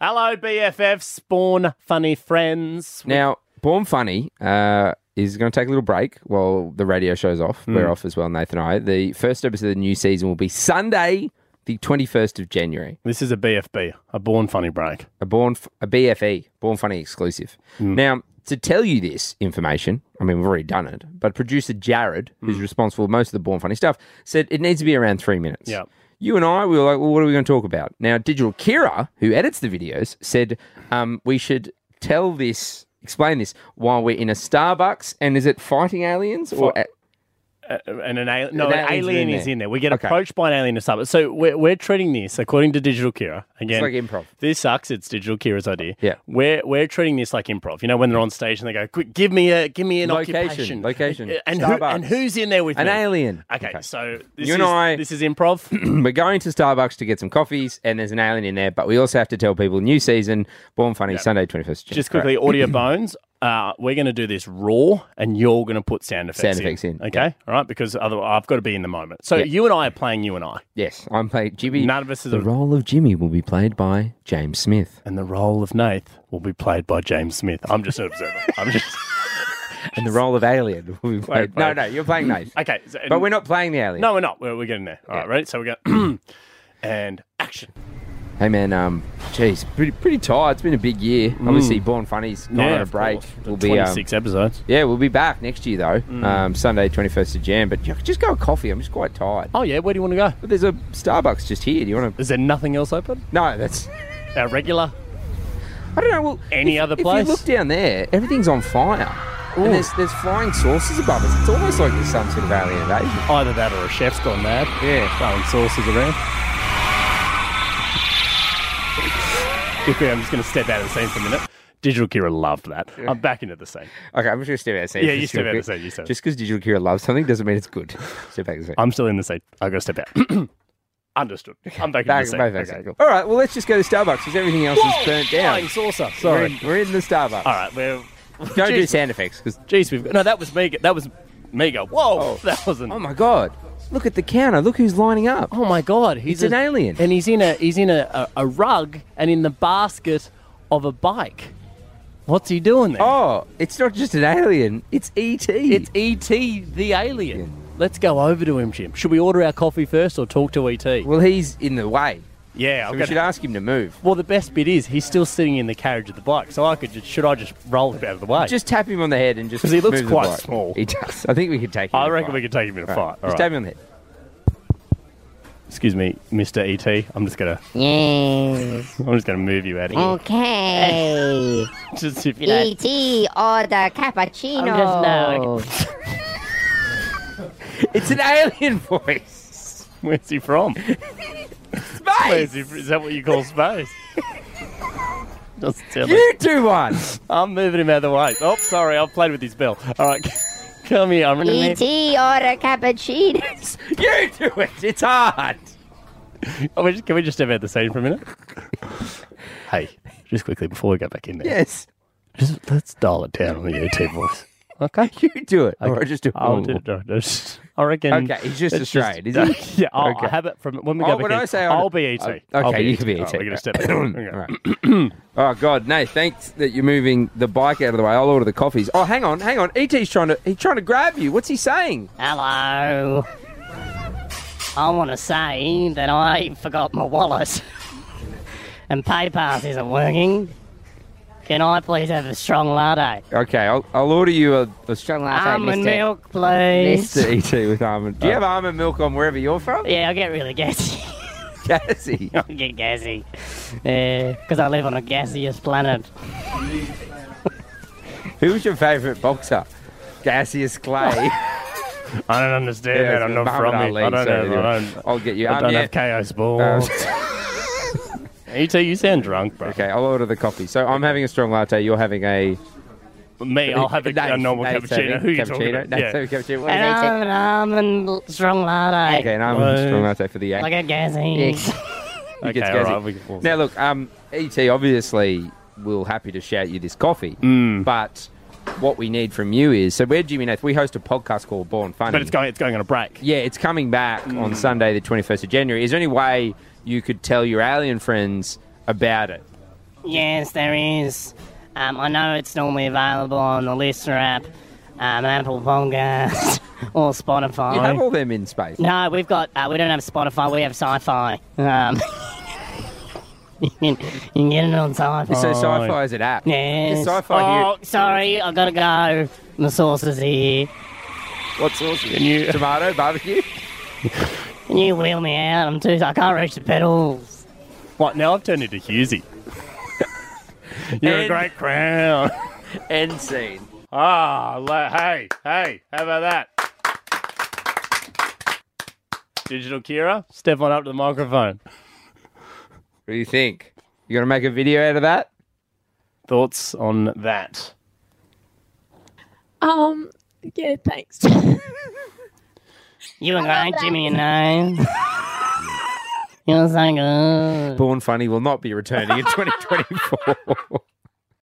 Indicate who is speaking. Speaker 1: Hello, BFF, spawn funny friends.
Speaker 2: Now, Born Funny uh, is going to take a little break while the radio show's off. We're off as well, Nathan and I. The first episode of the new season will be Sunday, the 21st of January.
Speaker 1: This is a BFB, a born funny break.
Speaker 2: A Born F- a BFE, Born Funny exclusive.
Speaker 1: Hmm.
Speaker 2: Now, to tell you this information, I mean, we've already done it, but producer Jared, who's
Speaker 1: Hmm.
Speaker 2: responsible for most of the Born Funny stuff, said it needs to be around three minutes.
Speaker 1: Yeah.
Speaker 2: You and I, we were like, well, what are we going to talk about? Now, Digital Kira, who edits the videos, said um, we should tell this, explain this, while we're in a Starbucks. And is it fighting aliens? Or a-
Speaker 1: And an alien, no,
Speaker 2: An
Speaker 1: an
Speaker 2: alien's
Speaker 1: alien
Speaker 2: in
Speaker 1: is
Speaker 2: there.
Speaker 1: in there. We get
Speaker 2: Okay.
Speaker 1: approached by an alien to summit. So we're, we're treating this, according to Digital Kira, again.
Speaker 2: like improv.
Speaker 1: This sucks. It's Digital Kira's idea.
Speaker 2: Yeah.
Speaker 1: We're, we're treating this like improv. You know, when they're on stage and they go, quick, give me a give me an
Speaker 2: Location,
Speaker 1: occupation.
Speaker 2: location,
Speaker 1: And, who,
Speaker 2: Starbucks.
Speaker 1: and who's in there with
Speaker 2: an
Speaker 1: me?
Speaker 2: alien?
Speaker 1: Okay, so this is,
Speaker 2: You and I-
Speaker 1: this is improv.
Speaker 2: we're going to Starbucks to get some coffees, and there's an alien in there, but we also have to tell people new season, Born Funny, Sunday, 21st of January.
Speaker 1: Just quickly, audio bones. Uh, we're going to do this raw, and you're going to put sound effects.
Speaker 2: Sound effects in,
Speaker 1: Okay, all right, because otherwise I've got to be in the moment. So
Speaker 2: Yeah.
Speaker 1: you and I are playing you and I,
Speaker 2: Yes, I'm playing Jimmy.
Speaker 1: None of us is
Speaker 2: the
Speaker 1: a-
Speaker 2: role of Jimmy will be played by James Smith,
Speaker 1: and the role of Nath will be played by James Smith. I'm just an observer. I'm just
Speaker 2: and the role of Alien will be played.
Speaker 1: by-
Speaker 2: No, no, you're playing Nate.
Speaker 1: okay. so-
Speaker 2: but we're not playing the alien.
Speaker 1: No, we're not. We're, we're getting there. All right, ready? So we go and action.
Speaker 2: Hey man, um, geez, pretty pretty tired. It's been a big year. Obviously, Born Funny's gone on a
Speaker 1: of
Speaker 2: break.
Speaker 1: course.
Speaker 2: We'll be um,
Speaker 1: 26 episodes.
Speaker 2: yeah, we'll be back next year though. Um, Sunday, twenty first of Jan. But yeah, just go with coffee. I'm just quite tired.
Speaker 1: Oh yeah, where do you want to go?
Speaker 2: But there's a Starbucks just here. Do you want to?
Speaker 1: Is there nothing else open?
Speaker 2: No, that's.
Speaker 1: Our regular.
Speaker 2: I don't know. Well,
Speaker 1: Any
Speaker 2: if-
Speaker 1: other
Speaker 2: If
Speaker 1: place?
Speaker 2: you look down there, everything's on fire. And there's, there's flying saucers above us. It's almost like there's some sort of alien invasion.
Speaker 1: Either that or a chef's gone mad.
Speaker 2: Yeah. um,
Speaker 1: Throwing sauces around. Quickly, I'm just going to step out of the scene for a minute. Digital Kira loved that. I'm back into the scene.
Speaker 2: Okay, I'm just going to step out and say.
Speaker 1: Yeah, you step out and say, you step out.
Speaker 2: Just because Digital Kira loves something doesn't mean it's good. step back and say.
Speaker 1: I'm still in the scene. I've got to step out. Understood. I'm back,
Speaker 2: Back,
Speaker 1: into
Speaker 2: back,
Speaker 1: the
Speaker 2: back,
Speaker 1: scene. Okay.
Speaker 2: back. All right, well, let's just go to Starbucks because everything else
Speaker 1: Whoa,
Speaker 2: is burnt down.
Speaker 1: Flying Uh, saucer.
Speaker 2: We're
Speaker 1: Sorry.
Speaker 2: in, we're in the Starbucks.
Speaker 1: All right, we're.
Speaker 2: Don't do
Speaker 1: Jeez.
Speaker 2: sound effects because.
Speaker 1: Jeez, we've got. No, that was me. That was me. Go. Whoa.
Speaker 2: Oh.
Speaker 1: That wasn't.
Speaker 2: Oh my god! Look at the counter. Look who's lining up.
Speaker 1: Oh my god, he's
Speaker 2: It's an alien.
Speaker 1: and he's in a he's in a, a, a rug and in the basket of a bike. What's he doing there?
Speaker 2: Oh, it's not just an alien. It's E ET.
Speaker 1: It's ET the alien. Let's go over to him, Jim. Should we order our coffee first or talk to E ET?
Speaker 2: well, he's in the way.
Speaker 1: yeah,
Speaker 2: So
Speaker 1: I'm
Speaker 2: we should
Speaker 1: gonna,
Speaker 2: ask him to move.
Speaker 1: well, the best bit is he's still sitting in the carriage of the bike, so I could just, should I just roll him out of the way?
Speaker 2: Just tap him on the head and just
Speaker 1: 'Cause he looks
Speaker 2: move the
Speaker 1: quite
Speaker 2: bike.
Speaker 1: small.
Speaker 2: He does. I think we could take him.
Speaker 1: I
Speaker 2: in a
Speaker 1: reckon we
Speaker 2: fight.
Speaker 1: could take him in a
Speaker 2: All right.
Speaker 1: fight. All
Speaker 2: Just
Speaker 1: right.
Speaker 2: tap him on the head.
Speaker 1: Excuse me, Mr. ET. I'm just gonna
Speaker 3: Yes.
Speaker 1: I'm just gonna move you out of
Speaker 3: Okay.
Speaker 1: here. just
Speaker 3: E
Speaker 1: if you know.
Speaker 3: E.T. or the cappuccino.
Speaker 1: I'm just- no,
Speaker 2: It's an alien voice.
Speaker 1: Where's he from? Where's
Speaker 2: Space.
Speaker 1: he, is that what you call space? Doesn't sound like-
Speaker 2: You do one.
Speaker 1: I'm moving him out of the way. Oh, sorry, I've played with his bell. All right, come here. I'm gonna move.
Speaker 3: E.T. E or the cappuccino.
Speaker 2: you do it. It's hard.
Speaker 1: Oh, we just- can we just step out the scene for a minute? hey, just quickly before we go back in there,
Speaker 2: Yes.
Speaker 1: just let's dial it down on the ET voice. Okay.
Speaker 2: You do it. Or I just do it. Oh,
Speaker 1: I'll do Oh, it. no, no, just- I reckon.
Speaker 2: Okay, he's just
Speaker 1: it's
Speaker 2: Australian, is he?
Speaker 1: yeah, I'll,
Speaker 2: Okay.
Speaker 1: I'll have it from when we go
Speaker 2: Oh,
Speaker 1: back
Speaker 2: when
Speaker 1: in.
Speaker 2: I say I'll-
Speaker 1: I'll be ET.
Speaker 2: Okay,
Speaker 1: I'll be
Speaker 2: you can be Oh,
Speaker 1: All right,
Speaker 2: ET.
Speaker 1: we're gonna step. okay.
Speaker 2: All right. oh God, Nate! Thanks that you're moving the bike out of the way. I'll order the coffees. Oh, hang on, hang on. Et's trying to he's trying to grab you. What's he saying?
Speaker 4: Hello. I want to say that I forgot my wallet and PayPass isn't working. Can I please have a strong latte?
Speaker 2: Okay, I'll, I'll order you a, a strong latte,
Speaker 4: Almond
Speaker 2: Mister.
Speaker 4: milk, please.
Speaker 2: Mister Et E with almond. Do you have almond milk on wherever you're from?
Speaker 4: Yeah, I get really gassy.
Speaker 2: Cassie.
Speaker 4: I get gassy. Because I live on a gaseous planet.
Speaker 2: Who's your favourite boxer? Gaseous Clay.
Speaker 1: I don't understand
Speaker 2: Yeah,
Speaker 1: that. I'm not from
Speaker 2: Muhammad
Speaker 1: here.
Speaker 2: Ali,
Speaker 1: I don't
Speaker 2: so
Speaker 1: know. I
Speaker 2: anyway,
Speaker 1: don't,
Speaker 2: I'll get you.
Speaker 1: I
Speaker 2: Um,
Speaker 1: don't
Speaker 2: yeah.
Speaker 1: have KO Sport. ET, E you sound drunk, bro.
Speaker 2: Okay, I'll order the coffee. So I'm having a strong latte. You're having a.
Speaker 1: Me, I'll have a,
Speaker 2: Nate's-
Speaker 1: a normal
Speaker 2: Nate's
Speaker 1: cappuccino.
Speaker 2: having
Speaker 1: Who you talking
Speaker 2: cappuccino.
Speaker 1: about?
Speaker 2: Nate's
Speaker 1: Yeah.
Speaker 2: having cappuccino. What
Speaker 4: And
Speaker 2: is it?
Speaker 4: I'm an almond l- strong latte.
Speaker 2: Okay, and I'm a strong
Speaker 1: What?
Speaker 2: latte for the eight.
Speaker 4: I get gassy.
Speaker 2: Yes.
Speaker 1: Okay,
Speaker 2: gets
Speaker 1: all right,
Speaker 2: gassy.
Speaker 1: we can pause
Speaker 2: Now, look, um, ET obviously will happy to shout you this coffee,
Speaker 1: Mm.
Speaker 2: but what we need from you is so we're Jimmy Nath. We host a podcast called Born Funny,
Speaker 1: But it's Mm. going, it's going on a break.
Speaker 2: yeah, it's coming back on Sunday, the twenty first of January. Is there any way you could tell your alien friends about it?
Speaker 4: Yes, there is. Um, I know it's normally available on the Listener app, um, Apple Podcast, or Spotify.
Speaker 2: You have all them in space.
Speaker 4: No, we've got. Uh, we don't have Spotify. We have Sci-Fi. Um, you, can, you can get it on Sci-Fi.
Speaker 2: So sci-fi is an app.
Speaker 4: Yes.
Speaker 2: Is sci-fi
Speaker 4: oh,
Speaker 2: here?
Speaker 4: sorry, I gotta go. The sauce is here.
Speaker 2: What sauce? Can you tomato barbecue?
Speaker 4: Can you wheel me out? I'm too. I can't reach the pedals.
Speaker 1: What, now I've turned into Husey. You're
Speaker 2: And-
Speaker 1: a great crown.
Speaker 2: End scene.
Speaker 1: Ah, la hey, hey, how about that? Digital Kira, step on up to the microphone.
Speaker 2: What do you think? You gonna make a video out of that?
Speaker 1: Thoughts on that?
Speaker 5: Um, yeah, thanks.
Speaker 4: You were great, Jimmy. You know. You're so good.
Speaker 2: Born Funny will not be returning in 2024.